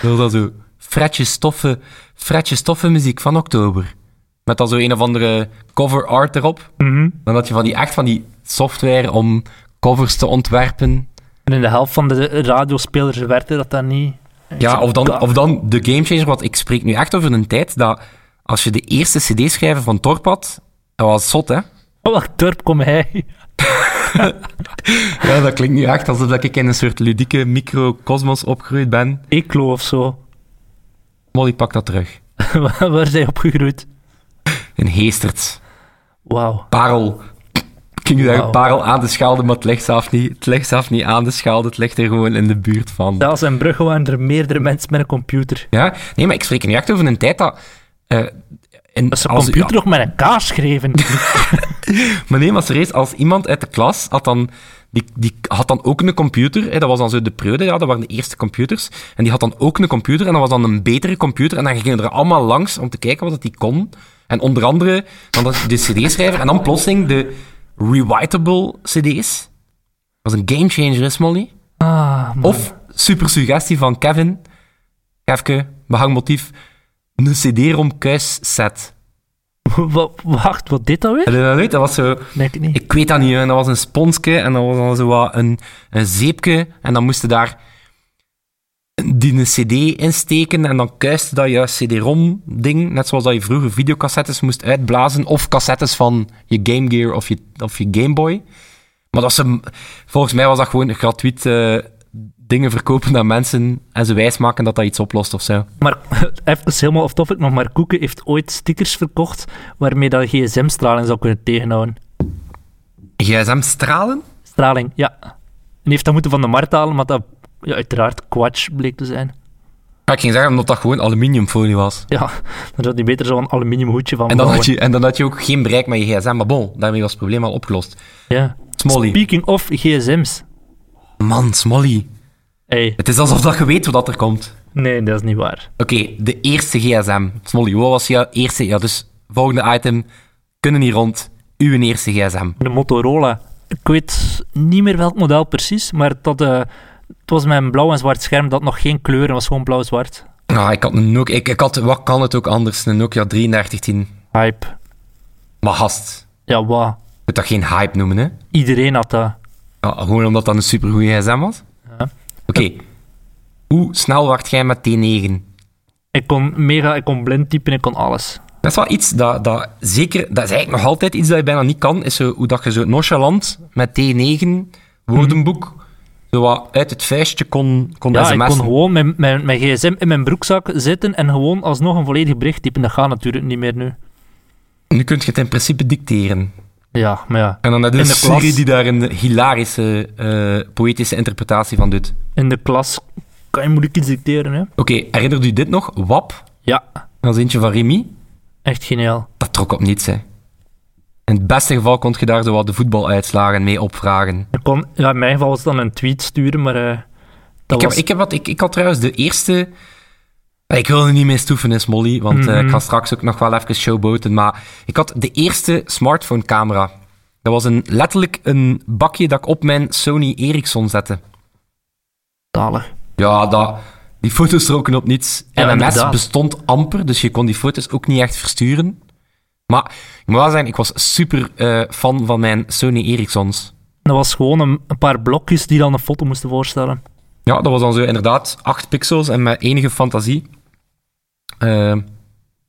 [SPEAKER 2] Dat was zo fretje stoffen, fretje stoffen muziek van oktober. Met dan zo een of andere cover art erop.
[SPEAKER 3] Mhm.
[SPEAKER 2] Dan had je van die, echt van die software om covers te ontwerpen.
[SPEAKER 3] En in de helft van de radiospelers werkte dat dan niet.
[SPEAKER 2] Ja, of dan, of dan de gamechanger, want ik spreek nu echt over een tijd dat als je de eerste cd-schrijver van Torp had, dat was zot, hè?
[SPEAKER 3] Oh, welk dorp kom hij?
[SPEAKER 2] Ja, dat klinkt nu echt alsof dat ik in een soort ludieke microcosmos opgegroeid ben.
[SPEAKER 3] Eeklo of zo. [laughs]
[SPEAKER 2] Molly pakt dat terug.
[SPEAKER 3] Waar zijn opgegroeid?
[SPEAKER 2] Een heestert.
[SPEAKER 3] Wauw.
[SPEAKER 2] Parel. Ik ging zeggen,
[SPEAKER 3] Wauw.
[SPEAKER 2] parel aan de schaalde, maar het ligt zelf niet, het ligt zelf niet aan de schaalde, het ligt er gewoon in de buurt van.
[SPEAKER 3] Zelfs in Brugge waren er meerdere mensen met een computer.
[SPEAKER 2] Ja? Nee, maar ik spreek nu echt over een tijd dat... eh, in,
[SPEAKER 3] Dat ze
[SPEAKER 2] als-
[SPEAKER 3] computer nog met een
[SPEAKER 2] [laughs]
[SPEAKER 3] kaars schreven.
[SPEAKER 2] Maar nee, maar serieus, als iemand uit de klas had dan, die, die had dan ook een computer, hè, dat was dan zo de preude, ja, dat waren de eerste computers, en die had dan ook een computer, en dat was dan een betere computer, en dan gingen er allemaal langs om te kijken wat dat die kon. En onder andere dan dat de cd-schrijver, en dan plotseling de rewritable cd's. Dat was een gamechanger, hè, Smolly?
[SPEAKER 3] Ah, man.
[SPEAKER 2] Of, super suggestie van Kevin, Kefke, behangmotief, een cd-rom kuisset.
[SPEAKER 3] Wa- wacht, wat dit dan weer?
[SPEAKER 2] Heb je dat nooit? Dat was zo...
[SPEAKER 3] Denk ik niet.
[SPEAKER 2] Ik weet dat niet, hè. dat was een sponske en dat was dan zo wat een, een zeepje. En dan moesten daar die een cd insteken en dan kuiste dat je cd-rom-ding, net zoals dat je vroeger videocassettes moest uitblazen, of cassettes van je Game Gear of je, of je Game Boy. Maar dat ze, volgens mij was dat gewoon gratuit eh, dingen verkopen aan mensen en ze wijsmaken dat dat iets oplost of zo.
[SPEAKER 3] Maar [laughs] even helemaal off topic nog, maar Koeken heeft ooit stickers verkocht waarmee dat gsm-straling zou kunnen tegenhouden.
[SPEAKER 2] GSM-stralen?
[SPEAKER 3] Straling, ja. En heeft dat moeten van de markt halen, maar dat ja, uiteraard kwatsch bleek te zijn.
[SPEAKER 2] Ja, Ik ging zeggen omdat dat gewoon aluminiumfolie was.
[SPEAKER 3] Ja, dan zou hij beter zo'n aluminium hoedje van
[SPEAKER 2] En dan, had
[SPEAKER 3] bouwen.
[SPEAKER 2] je, en dan had je ook geen bereik met je gsm. Maar bon, daarmee was het probleem al opgelost.
[SPEAKER 3] Ja.
[SPEAKER 2] Smolly.
[SPEAKER 3] Speaking of gsm's.
[SPEAKER 2] Man, Smolly.
[SPEAKER 3] Hey,
[SPEAKER 2] Het is alsof dat je weet wat er komt.
[SPEAKER 3] nee, dat is niet waar.
[SPEAKER 2] Oké, de eerste gsm. Smolly, wat was jouw eerste? Ja, dus volgende item. Kunnen niet rond. Uw eerste gsm.
[SPEAKER 3] De Motorola. Ik weet niet meer welk model precies, maar dat, eh, het was met een blauw en zwart scherm dat nog geen kleuren was, gewoon blauw-zwart.
[SPEAKER 2] Nou, ik had een Nokia... Ik, ik had, wat kan het ook anders? Een Nokia 3310.
[SPEAKER 3] Hype.
[SPEAKER 2] Maar gast,
[SPEAKER 3] Ja, wauw.
[SPEAKER 2] je moet dat geen hype noemen, hè?
[SPEAKER 3] Iedereen had dat.
[SPEAKER 2] Ja, gewoon omdat dat een supergoeie gsm was?
[SPEAKER 3] Ja.
[SPEAKER 2] Oké. Hoe snel wacht jij met T9?
[SPEAKER 3] Ik kon mega, ik kon blind typen, ik kon alles.
[SPEAKER 2] Dat is wel iets dat, dat zeker, dat is eigenlijk nog altijd iets dat je bijna niet kan, is zo, hoe dat je zo nonchalant met T9 woordenboek zo wat uit het vuistje kon, kon
[SPEAKER 3] Ja, ik kon
[SPEAKER 2] sms'en.
[SPEAKER 3] gewoon mijn, mijn, mijn gsm in mijn broekzak zitten en gewoon alsnog een volledig bericht typen. Dat gaat natuurlijk niet meer nu.
[SPEAKER 2] Nu kun je het in principe dicteren.
[SPEAKER 3] Ja, maar ja.
[SPEAKER 2] En dan heb je
[SPEAKER 3] In
[SPEAKER 2] een
[SPEAKER 3] de klas.
[SPEAKER 2] Siri die daar een hilarische, eh, poëtische interpretatie van doet.
[SPEAKER 3] In de klas kan je moeilijk iets dicteren, hè.
[SPEAKER 2] Oké, herinnert u dit nog? WAP,
[SPEAKER 3] Ja,
[SPEAKER 2] dat is eentje van Remy.
[SPEAKER 3] echt geniaal.
[SPEAKER 2] Dat trok op niets, hè. In het beste geval kon je daar zo wat de voetbaluitslagen mee opvragen.
[SPEAKER 3] Ik kon, ja, in mijn geval was het dan een tweet sturen, maar eh, dat
[SPEAKER 2] Ik,
[SPEAKER 3] was...
[SPEAKER 2] heb, ik, heb wat, ik, ik had trouwens de eerste... Ah, Ik wil er niet mee stoeven, is Molly, want
[SPEAKER 3] Mhm.
[SPEAKER 2] eh, ik ga straks ook nog wel even showboten. Maar ik had de eerste smartphone-camera. Dat was een, letterlijk een bakje dat ik op mijn Sony Ericsson zette.
[SPEAKER 3] Zalig.
[SPEAKER 2] Ja, dat, die foto's roken op niets.
[SPEAKER 3] Ja,
[SPEAKER 2] MMS
[SPEAKER 3] inderdaad.
[SPEAKER 2] bestond amper, dus je kon die foto's ook niet echt versturen. Maar ik moet wel zeggen, ik was super eh, fan van mijn Sony Ericssons.
[SPEAKER 3] Dat was gewoon een, een paar blokjes die dan een foto moesten voorstellen.
[SPEAKER 2] Ja, dat was dan zo inderdaad 8 pixels en met enige fantasie. Eh,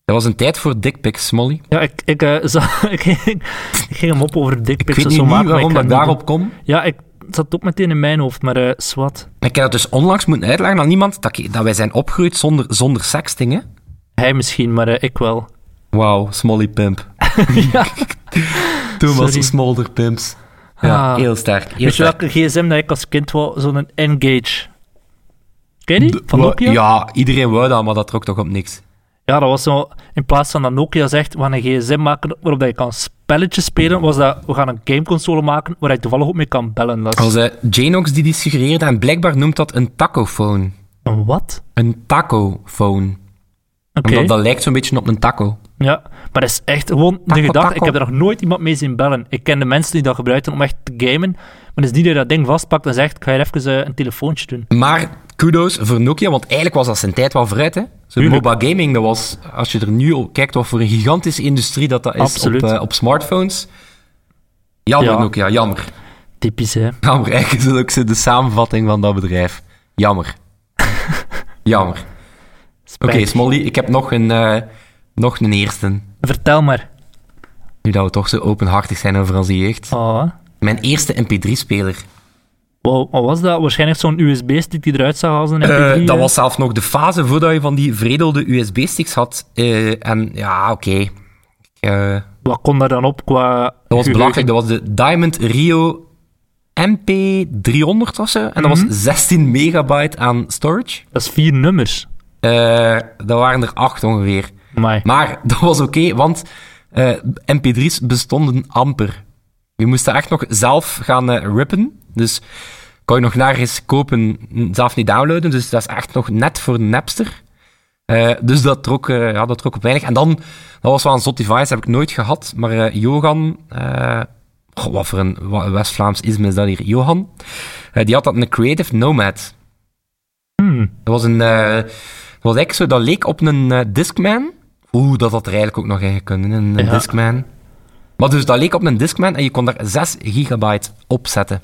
[SPEAKER 2] dat was een tijd voor dickpics, Molly.
[SPEAKER 3] Ja, ik, ik, eh, [laughs] zag- ik, ging- ik ging hem op over
[SPEAKER 2] Ik
[SPEAKER 3] dickpics
[SPEAKER 2] weet
[SPEAKER 3] of
[SPEAKER 2] niet
[SPEAKER 3] zo maken, maar
[SPEAKER 2] waarom
[SPEAKER 3] ik
[SPEAKER 2] dat
[SPEAKER 3] ga
[SPEAKER 2] ik
[SPEAKER 3] het niet
[SPEAKER 2] daarop kom.
[SPEAKER 3] doen. Ja, ik het zat ook meteen in mijn hoofd, maar eh zwart.
[SPEAKER 2] Ik heb dat dus onlangs moeten uitleggen aan iemand dat, ik- dat wij zijn opgegroeid zonder, zonder sexting, hè?
[SPEAKER 3] Hij misschien, maar eh, ik wel. [laughs]
[SPEAKER 2] Wauw, Smolly Pimp.
[SPEAKER 3] Ja.
[SPEAKER 2] Toen
[SPEAKER 3] Sorry.
[SPEAKER 2] was Smolder Pimps. Ja,
[SPEAKER 3] Ah.
[SPEAKER 2] heel sterk. Heel
[SPEAKER 3] Weet je
[SPEAKER 2] sterk.
[SPEAKER 3] welke gsm dat ik als kind wou? Zo'n Engage. Ken je die? Van
[SPEAKER 2] Wa-
[SPEAKER 3] Nokia?
[SPEAKER 2] Ja, iedereen wou dat, maar dat trok toch op niks.
[SPEAKER 3] Ja, dat was zo... In plaats van dat Nokia zegt, we gaan een gsm maken waarop dat je kan spelletjes spelen, was dat, we gaan een gameconsole maken waar je toevallig ook mee kan bellen. Dat is-
[SPEAKER 2] Als eh Janox die die suggereerde, en blijkbaar noemt dat een tacofoon.
[SPEAKER 3] Een wat?
[SPEAKER 2] Een tacofoon.
[SPEAKER 3] Oké.
[SPEAKER 2] Omdat dat lijkt zo'n beetje op een taco.
[SPEAKER 3] Ja, maar dat is echt gewoon de
[SPEAKER 2] Taco,
[SPEAKER 3] gedachte.
[SPEAKER 2] taco.
[SPEAKER 3] Ik heb er nog nooit iemand mee zien bellen. Ik ken de mensen die dat gebruikten om echt te gamen. Maar dat is die die dat ding vastpakt en zegt, ik ga hier even eh, een telefoontje doen.
[SPEAKER 2] Maar kudo's voor Nokia, want eigenlijk was dat zijn tijd wel vooruit, hè? Zo'n
[SPEAKER 3] Tuurlijk.
[SPEAKER 2] mobile gaming, dat was, als je er nu op kijkt, wat voor een gigantische industrie dat, dat is op,
[SPEAKER 3] Absoluut.
[SPEAKER 2] eh, op smartphones. Jammer,
[SPEAKER 3] Ja.
[SPEAKER 2] Nokia, jammer. [laughs]
[SPEAKER 3] Typisch, hè.
[SPEAKER 2] Jammer, eigenlijk is dat ook zo de samenvatting van dat bedrijf.
[SPEAKER 3] [laughs]
[SPEAKER 2] Jammer. jammer. Oké,
[SPEAKER 3] Spijtig.
[SPEAKER 2] Smolly, ik heb nog een, eh, nog een eerste.
[SPEAKER 3] Vertel maar.
[SPEAKER 2] Nu dat we toch zo openhartig zijn over onze jeugd.
[SPEAKER 3] Oh,
[SPEAKER 2] Mijn eerste MP3-speler.
[SPEAKER 3] wow, wat was dat? Waarschijnlijk zo'n USB-stick die eruit zag als een MP3.
[SPEAKER 2] dat
[SPEAKER 3] eh.
[SPEAKER 2] was zelf nog de fase voordat je van die vredelde USB-sticks had. Eh, en ja, oké. Ik, eh,
[SPEAKER 3] Wat kon daar dan op qua...
[SPEAKER 2] dat was
[SPEAKER 3] geheugen?
[SPEAKER 2] belachelijk. Dat was de Diamond Rio MP300 of zo. En dat was 16 megabyte aan storage.
[SPEAKER 3] Dat is vier nummers.
[SPEAKER 2] Eh dat waren er acht ongeveer.
[SPEAKER 3] Amai.
[SPEAKER 2] Maar [laughs] dat was oké, want eh, MP3's bestonden amper. Je moest dat echt nog zelf gaan eh, rippen. Dus kon je nog nergens kopen, n- zelf niet downloaden. Dus dat is echt nog net voor Napster. Eh, dus dat trok, eh, ja, dat trok op weinig. En dan, dat was wel een zot device, heb ik nooit gehad. Maar eh, Johan, eh, goh, wat voor een wa- West-Vlaams isme is dat hier? Johan, eh, die had dat een Creative Nomad. Dat was een, eh, dat was eigenlijk zo, dat leek op een eh, Discman. Oeh, dat had er eigenlijk ook nog in gekund, hè, een, een
[SPEAKER 3] Ja.
[SPEAKER 2] Discman. Maar dus dat leek op een Discman en je kon daar 6 gigabyte op zetten.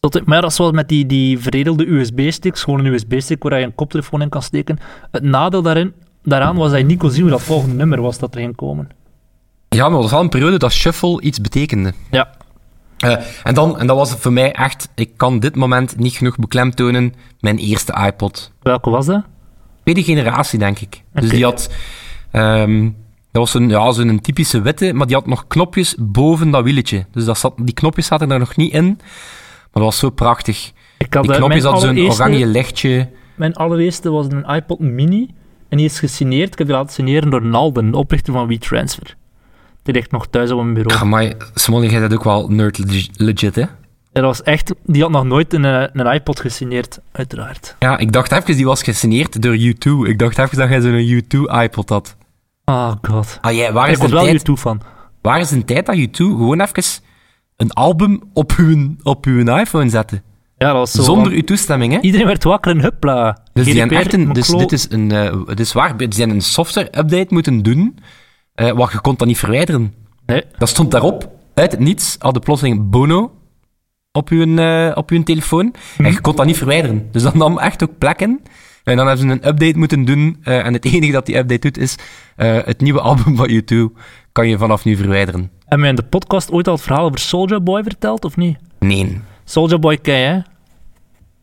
[SPEAKER 3] Tot maar dat is wel met die, die veredelde USB-sticks, gewoon een USB-stick waar je een koptelefoon in kan steken. Het nadeel daarin, daaraan was dat je niet kon zien hoe dat volgende nummer was dat erin komen.
[SPEAKER 2] Ja, maar dat was wel een periode dat shuffle iets betekende.
[SPEAKER 3] Ja,
[SPEAKER 2] Eh, en, dan, en dat was voor mij echt, ik kan dit moment niet genoeg beklemtonen, mijn eerste iPod.
[SPEAKER 3] welke was dat?
[SPEAKER 2] Tweede generatie, denk ik. Dus
[SPEAKER 3] Oké.
[SPEAKER 2] die had, ehm, dat was een, ja, zo'n typische witte, maar die had nog knopjes boven dat wieletje. Dus dat zat, die knopjes zaten daar nog niet in, maar dat was zo prachtig.
[SPEAKER 3] Ik had,
[SPEAKER 2] Die
[SPEAKER 3] eh,
[SPEAKER 2] knopjes hadden zo'n
[SPEAKER 3] allereerste-
[SPEAKER 2] oranje lichtje.
[SPEAKER 3] Mijn allereerste was een iPod Mini. En die is gesineerd. Ik heb die laten signeren door Nalden, de oprichter van WeTransfer. Die ligt nog thuis op mijn bureau.
[SPEAKER 2] Amai, Smolly, jij bent ook wel nerd leg- legit, hè?
[SPEAKER 3] En dat was echt, die had nog nooit een, eh, een iPod gesigneerd, uiteraard.
[SPEAKER 2] Ja, ik dacht even, die was gesigneerd door U2. Ik dacht even dat jij zo'n U2-iPod had.
[SPEAKER 3] Oh god.
[SPEAKER 2] Ah jij, waar
[SPEAKER 3] Ik
[SPEAKER 2] is,
[SPEAKER 3] was
[SPEAKER 2] de
[SPEAKER 3] wel
[SPEAKER 2] tijd,
[SPEAKER 3] YouTube van.
[SPEAKER 2] waar is de tijd dat U2 gewoon even een album op hun, op hun iPhone zette?
[SPEAKER 3] Ja, dat was zo.
[SPEAKER 2] Zonder
[SPEAKER 3] want
[SPEAKER 2] uw toestemming, hè?
[SPEAKER 3] Iedereen werd wakker en huppla.
[SPEAKER 2] Dus, die hebben
[SPEAKER 3] GDPR,
[SPEAKER 2] echt een, dus
[SPEAKER 3] Maclo-
[SPEAKER 2] dit is een, eh, het is waar, ze zijn een software-update moeten doen, eh wat je kon dat niet verwijderen.
[SPEAKER 3] Nee,
[SPEAKER 2] Dat stond daarop, uit het niets, hadden plotseling Bono op je, eh, op je telefoon. En je kon dat niet verwijderen. Dus dat nam echt ook plek in. En dan hebben ze een update moeten doen. eh, en het [laughs] enige dat die update doet, is eh, het nieuwe album van U2 kan je vanaf nu verwijderen.
[SPEAKER 3] Hebben we in de podcast ooit al het verhaal over Soulja Boy verteld, of niet?
[SPEAKER 2] Nee.
[SPEAKER 3] Soulja Boy ken je, hè?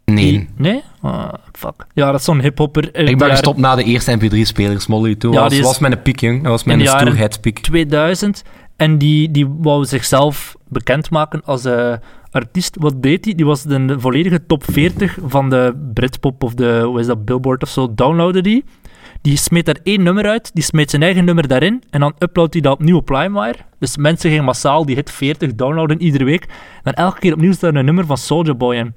[SPEAKER 2] Nee.
[SPEAKER 3] Nee? Ah, fuck. Ja, dat is zo'n hiphopper. in
[SPEAKER 2] Ik
[SPEAKER 3] de
[SPEAKER 2] ben
[SPEAKER 3] jaren
[SPEAKER 2] gestopt na de eerste MP3-speler, Smolly. Toen
[SPEAKER 3] Ja,
[SPEAKER 2] was,
[SPEAKER 3] die is-
[SPEAKER 2] was mijn piek, jong. Dat was mijn
[SPEAKER 3] de jaren-
[SPEAKER 2] stoerheidspiek.
[SPEAKER 3] 2000. En die, die wou zichzelf bekendmaken als eh, artiest. Wat deed hij? Die was in de volledige top 40 van de Britpop of de, hoe is dat, Billboard of zo, downloadde die. Die smeet daar één nummer uit, die smeet zijn eigen nummer daarin en dan uploadt hij dat opnieuw op LimeWire. Dus mensen gingen massaal die hit 40 downloaden iedere week. En elke keer opnieuw staat er een nummer van Soulja Boy in.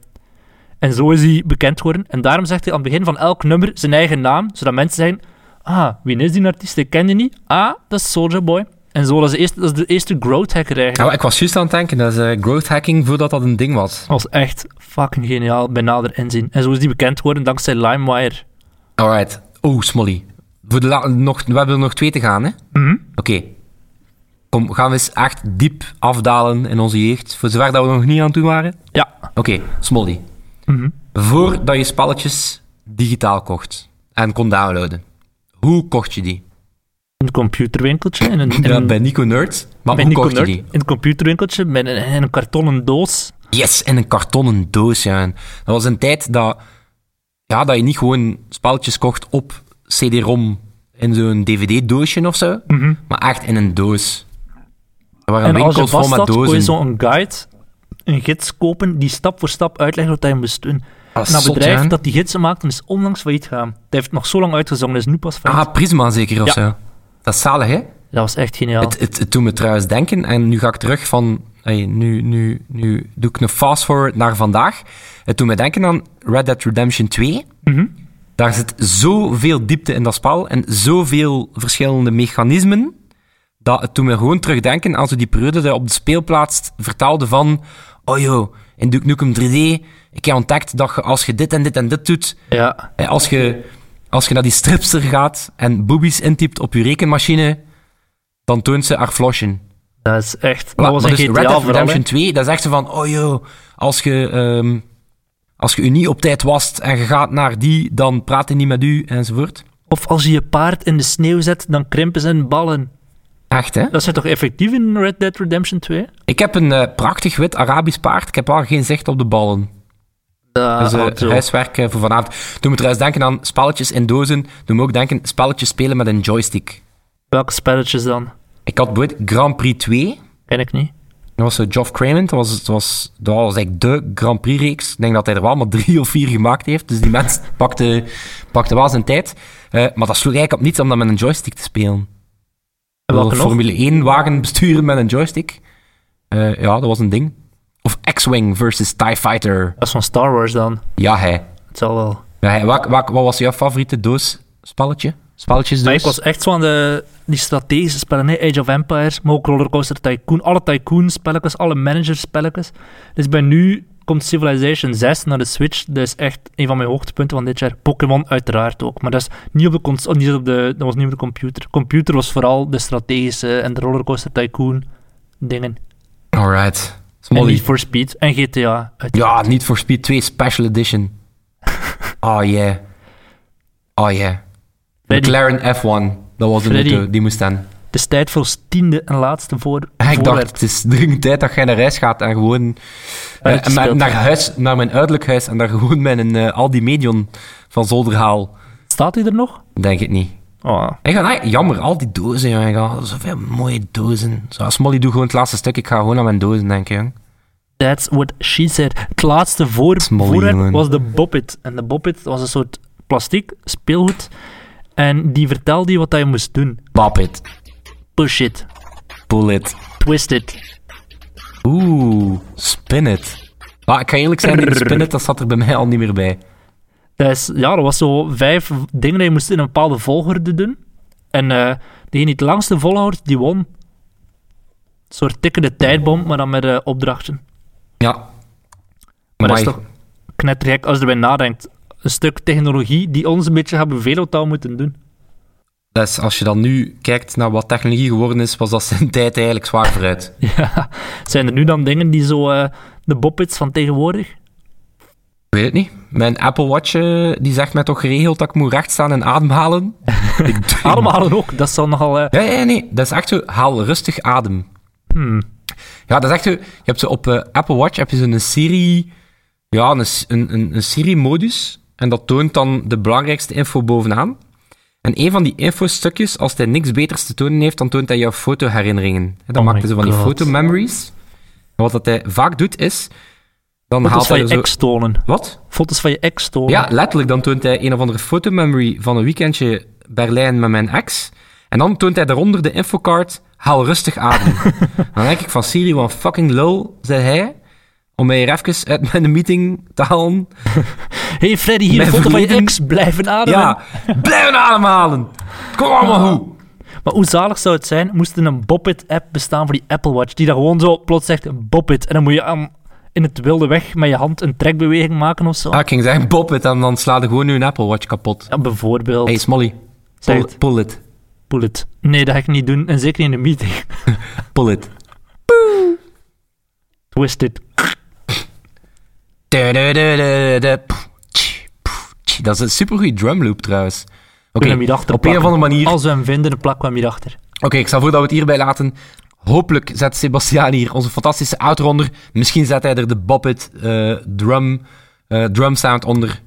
[SPEAKER 3] En zo is hij bekend geworden. En daarom zegt hij aan het begin van elk nummer zijn eigen naam, zodat mensen zeggen: Ah, wie is die artiest? Ik ken die niet. Ah, dat is Soulja Boy. En zo, dat is de eerste, dat is de eerste growth hacker eigenlijk.
[SPEAKER 2] Nou, ik was juist aan het denken, dat is eh, growth hacking voordat dat een ding was.
[SPEAKER 3] Dat was echt fucking geniaal bij nader inzien. En zo is die bekend geworden dankzij LimeWire.
[SPEAKER 2] Alright. Oh, Smolly. Voor de la- nog, we hebben er nog twee te gaan, hè? Oké. Kom, gaan we eens echt diep afdalen in onze jeugd. Voor zover dat we er nog niet aan toe waren.
[SPEAKER 3] Ja,
[SPEAKER 2] Oké, Smolly.
[SPEAKER 3] Mhm.
[SPEAKER 2] Voordat je spelletjes digitaal kocht en kon downloaden, hoe kocht je die?
[SPEAKER 3] een computerwinkeltje. In een, in
[SPEAKER 2] Ja,
[SPEAKER 3] een-
[SPEAKER 2] bij Nico Nerd, maar
[SPEAKER 3] bij
[SPEAKER 2] hoe
[SPEAKER 3] Nico
[SPEAKER 2] kocht
[SPEAKER 3] Nerd,
[SPEAKER 2] je
[SPEAKER 3] In een computerwinkeltje met een, in een kartonnen doos.
[SPEAKER 2] die? Yes, in een kartonnen doos, ja. En Dat was een tijd dat, ja, dat je niet gewoon spelletjes kocht op CD-ROM in zo'n DVD-doosje of zo, maar echt in een doos. Er waren
[SPEAKER 3] Mhm. en als je
[SPEAKER 2] winkels vol
[SPEAKER 3] vast
[SPEAKER 2] met
[SPEAKER 3] had, kon je
[SPEAKER 2] dozen.
[SPEAKER 3] zo'n guide, een gids kopen, die stap voor stap uitlegt wat hij moest doen.
[SPEAKER 2] Ah, Dat is
[SPEAKER 3] En dat
[SPEAKER 2] zot,
[SPEAKER 3] bedrijf
[SPEAKER 2] hè?
[SPEAKER 3] dat die gidsen maakte, is onlangs failliet gegaan. Dat heeft nog zo lang uitgezongen, dat is nu pas failliet.
[SPEAKER 2] Ah, Prisma zeker of
[SPEAKER 3] Ja.
[SPEAKER 2] zo. Dat is zalig, hè?
[SPEAKER 3] dat was echt geniaal.
[SPEAKER 2] Ah. Het, het, het doet me trouwens denken, en nu ga ik terug van... hey, nu, nu, nu doe ik een fast-forward naar vandaag. Het doet me denken aan Red Dead Redemption 2. Daar zit zoveel diepte in dat spel en zoveel verschillende mechanismen, dat het doet me gewoon terugdenken aan zo die periode dat je op de speelplaats vertaalde van... Oh joh, in Duke Nukem 3D, ik heb ontdekt dat je, als je dit en dit en dit doet,
[SPEAKER 3] ja.
[SPEAKER 2] Hè, Eh, Als je, als je naar die stripster gaat en boobies intypt op je rekenmachine, dan toont ze haar flosjen.
[SPEAKER 3] Dat is echt...
[SPEAKER 2] Maar-
[SPEAKER 3] Dat was
[SPEAKER 2] maar
[SPEAKER 3] een
[SPEAKER 2] dus
[SPEAKER 3] GTA
[SPEAKER 2] Red Dead
[SPEAKER 3] vooral, hè.
[SPEAKER 2] Redemption 2, dat is echt zo van, oh joh, als je, ehm, als je je niet op tijd wast en je gaat naar die, dan praat hij niet met u, enzovoort.
[SPEAKER 3] Of als je je paard in de sneeuw zet, dan krimpen zijn ballen.
[SPEAKER 2] Echt, hè?
[SPEAKER 3] Dat zijn toch effectief in Red Dead Redemption 2?
[SPEAKER 2] Ik heb een eh, prachtig wit Arabisch paard, ik heb wel geen zicht op de ballen.
[SPEAKER 3] Dat
[SPEAKER 2] Dus eh,
[SPEAKER 3] houdt zo.
[SPEAKER 2] huiswerk eh, voor vanavond. Doe me trouwens denken aan spelletjes in dozen, doe me ook denken spelletjes spelen met een joystick.
[SPEAKER 3] Welke spelletjes dan?
[SPEAKER 2] Ik had ooit Grand Prix 2,
[SPEAKER 3] Ken ik niet.
[SPEAKER 2] Dat was zo Geoff Craven. Dat was, dat, was, dat was eigenlijk de Grand Prix-reeks. Ik denk dat hij er wel maar drie of vier gemaakt heeft. Dus die mens [laughs] pakte, pakte wel zijn tijd. Eh, maar dat sloeg eigenlijk op niets om dat met een joystick te spelen.
[SPEAKER 3] En welke
[SPEAKER 2] Een
[SPEAKER 3] nog?
[SPEAKER 2] Formule 1-wagen besturen met een joystick. Eh, ja, dat was een ding. Of X-Wing versus TIE Fighter.
[SPEAKER 3] Dat is van Star Wars dan.
[SPEAKER 2] Ja, hij.
[SPEAKER 3] Het zal wel.
[SPEAKER 2] Ja, hij. Wat, wat, wat was jouw favoriete doos? Spelletje? Spelletjesdoos?
[SPEAKER 3] Maar ik was echt zo aan de, die strategische spellen. hè. Age of Empires, maar ook Rollercoaster Tycoon. Alle Tycoon-spelletjes, alle Manager-spelletjes. Dus bij nu komt Civilization 6 naar de Switch. Dat is echt een van mijn hoogtepunten van dit jaar. Pokémon uiteraard ook. Maar dat, is niet op de cons- oh, niet op de, dat was niet op de computer. Computer was vooral de strategische en de Rollercoaster Tycoon dingen.
[SPEAKER 2] Alright.
[SPEAKER 3] En
[SPEAKER 2] Smolly.
[SPEAKER 3] Need for Speed en GTA. Uit.
[SPEAKER 2] Ja, Need for Speed 2 Special Edition.
[SPEAKER 3] [laughs]
[SPEAKER 2] Oh yeah. Oh yeah.
[SPEAKER 3] Freddy.
[SPEAKER 2] McLaren F1. Dat was de
[SPEAKER 3] Freddy.
[SPEAKER 2] auto die moest aan.
[SPEAKER 3] Het is tijd voor ons tiende en laatste voor.
[SPEAKER 2] Ik dacht,
[SPEAKER 3] voorwerp.
[SPEAKER 2] het is dringend tijd dat jij naar huis gaat en gewoon eh,
[SPEAKER 3] Spelletjes
[SPEAKER 2] maar
[SPEAKER 3] speelt.
[SPEAKER 2] naar, huis, naar mijn uiterlijk huis en daar gewoon mijn eh, Aldi Medion van zolder haal.
[SPEAKER 3] Staat hij er nog?
[SPEAKER 2] Denk ik niet.
[SPEAKER 3] Oh,
[SPEAKER 2] Ik ga, nee, jammer, al die dozen, jongen. Ik ga Zoveel mooie dozen. Zoals Molly, doe gewoon het laatste stuk. Ik ga gewoon aan mijn dozen denken, jong.
[SPEAKER 3] That's what she said. Het laatste voor,
[SPEAKER 2] is mooi,
[SPEAKER 3] voorwerp
[SPEAKER 2] jongen.
[SPEAKER 3] was de Boppet. En de Boppet was een soort plastic speelgoed. En die vertelde je wat dat je moest doen.
[SPEAKER 2] Pop it.
[SPEAKER 3] Push it.
[SPEAKER 2] Pull it.
[SPEAKER 3] Twist it.
[SPEAKER 2] Oeh, spin it. Maar ik ga eerlijk zijn,
[SPEAKER 3] [laughs]
[SPEAKER 2] die spin it, dat zat er bij mij al niet meer bij.
[SPEAKER 3] Dat is, ja, dat was zo vijf dingen die je moest in een bepaalde volgorde doen. En eh degene die het langste volhoudt, die won. Een soort tikkende tijdbom, maar dan met eh, opdrachten.
[SPEAKER 2] Ja.
[SPEAKER 3] Maar dat is
[SPEAKER 2] Amai.
[SPEAKER 3] toch knettergek als je erbij nadenkt. Een stuk technologie die ons een beetje gaat bevelen wat we moeten doen.
[SPEAKER 2] Dat is- Dus als je dan nu kijkt naar wat technologie geworden is, was dat zijn [laughs] tijd eigenlijk zwaar vooruit.
[SPEAKER 3] Ja, [laughs] zijn er nu dan dingen die zo eh, de boppets van tegenwoordig?
[SPEAKER 2] Ik weet het niet. Mijn Apple Watch eh, die zegt mij toch geregeld dat ik moet rechtstaan en ademhalen. ik doe-
[SPEAKER 3] Ademhalen ook, dat zal nogal... eh,
[SPEAKER 2] Ja, ja, nee. Dat is echt zo, haal rustig
[SPEAKER 3] Hmm.
[SPEAKER 2] adem. Ja, dat is echt zo, je hebt zo op eh, Apple Watch heb je zo'n serie ja, een, s- een, een, een Siri-modus. En dat toont dan de belangrijkste info bovenaan. En een van die infostukjes, als hij niks beters te tonen heeft, dan toont hij jouw fotoherinneringen. Dan
[SPEAKER 3] Oh
[SPEAKER 2] maakten
[SPEAKER 3] my
[SPEAKER 2] ze van die
[SPEAKER 3] God.
[SPEAKER 2] fotomemories. En wat dat hij vaak doet, is... Dan
[SPEAKER 3] Foto's
[SPEAKER 2] haalt
[SPEAKER 3] van
[SPEAKER 2] hij
[SPEAKER 3] je
[SPEAKER 2] zo...
[SPEAKER 3] ex tonen.
[SPEAKER 2] Wat?
[SPEAKER 3] Foto's van je ex tonen.
[SPEAKER 2] Ja, letterlijk. Dan toont hij een of andere fotomemory van een weekendje Berlijn met mijn ex. En dan toont hij daaronder de infocard, haal rustig
[SPEAKER 3] [laughs]
[SPEAKER 2] adem. dan denk ik van Siri, wat een fucking lul, zei hij, om mij hier even uit mijn meeting te halen.
[SPEAKER 3] hey Freddy, hier
[SPEAKER 2] Mijn
[SPEAKER 3] een foto van je
[SPEAKER 2] verleden-
[SPEAKER 3] ex. Blijven ademen.
[SPEAKER 2] Ja, blijven ademhalen. Kom allemaal hoe.
[SPEAKER 3] Maar hoe zalig zou het zijn, moest er een Boppet-app bestaan voor die Apple Watch, die daar gewoon zo plots zegt Boppet. En dan moet je aan, in het wilde weg met je hand een trekbeweging maken of zo.
[SPEAKER 2] Ah, ik ging zeggen, pop het, en dan sla je gewoon nu een Apple Watch kapot.
[SPEAKER 3] Ja, bijvoorbeeld.
[SPEAKER 2] Hey, Smolly,
[SPEAKER 3] Zeg
[SPEAKER 2] pull,
[SPEAKER 3] het.
[SPEAKER 2] pull it,
[SPEAKER 3] Pull it. Nee, dat ga ik niet doen. En zeker niet in een meeting. [laughs]
[SPEAKER 2] pull it.
[SPEAKER 3] Twist it.
[SPEAKER 2] Da-da-da-da-da. Pff, tch, pff, tch. Dat is een supergoeie drumloop trouwens. Oké,
[SPEAKER 3] Kunnen we hem hierachter
[SPEAKER 2] op een of
[SPEAKER 3] plakken.
[SPEAKER 2] andere manier.
[SPEAKER 3] Als we hem vinden, dan plakken we hem hierachter.
[SPEAKER 2] Oké, ik stel voor dat we het hierbij laten. Hopelijk zet Sebastiaan hier onze fantastische uitronder. Misschien zet hij er de Boppet eh, drum, eh, drum sound onder.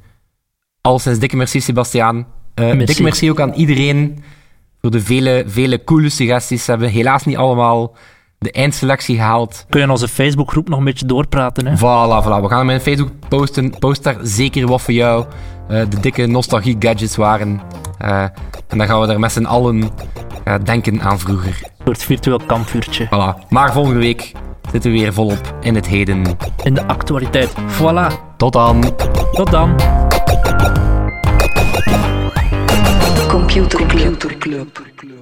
[SPEAKER 2] Al sinds dikke merci, Sebastiaan. Eh,
[SPEAKER 3] Merci.
[SPEAKER 2] Dikke merci ook aan iedereen voor de vele, vele coole suggesties. Ze hebben helaas niet allemaal de eindselectie gehaald.
[SPEAKER 3] Kun je in onze Facebookgroep nog een beetje doorpraten, hè?
[SPEAKER 2] Voilà, voilà. We gaan hem in Facebook posten. Post daar zeker wat voor jou eh, de dikke nostalgie gadgets waren. Eh, en dan gaan we daar met z'n allen eh, denken aan vroeger.
[SPEAKER 3] Een soort virtueel kampvuurtje.
[SPEAKER 2] Voilà. Maar volgende week zitten we weer volop in het heden.
[SPEAKER 3] In de actualiteit. Voilà.
[SPEAKER 2] Tot dan.
[SPEAKER 3] Tot dan.
[SPEAKER 1] Computer Club. Computer Club.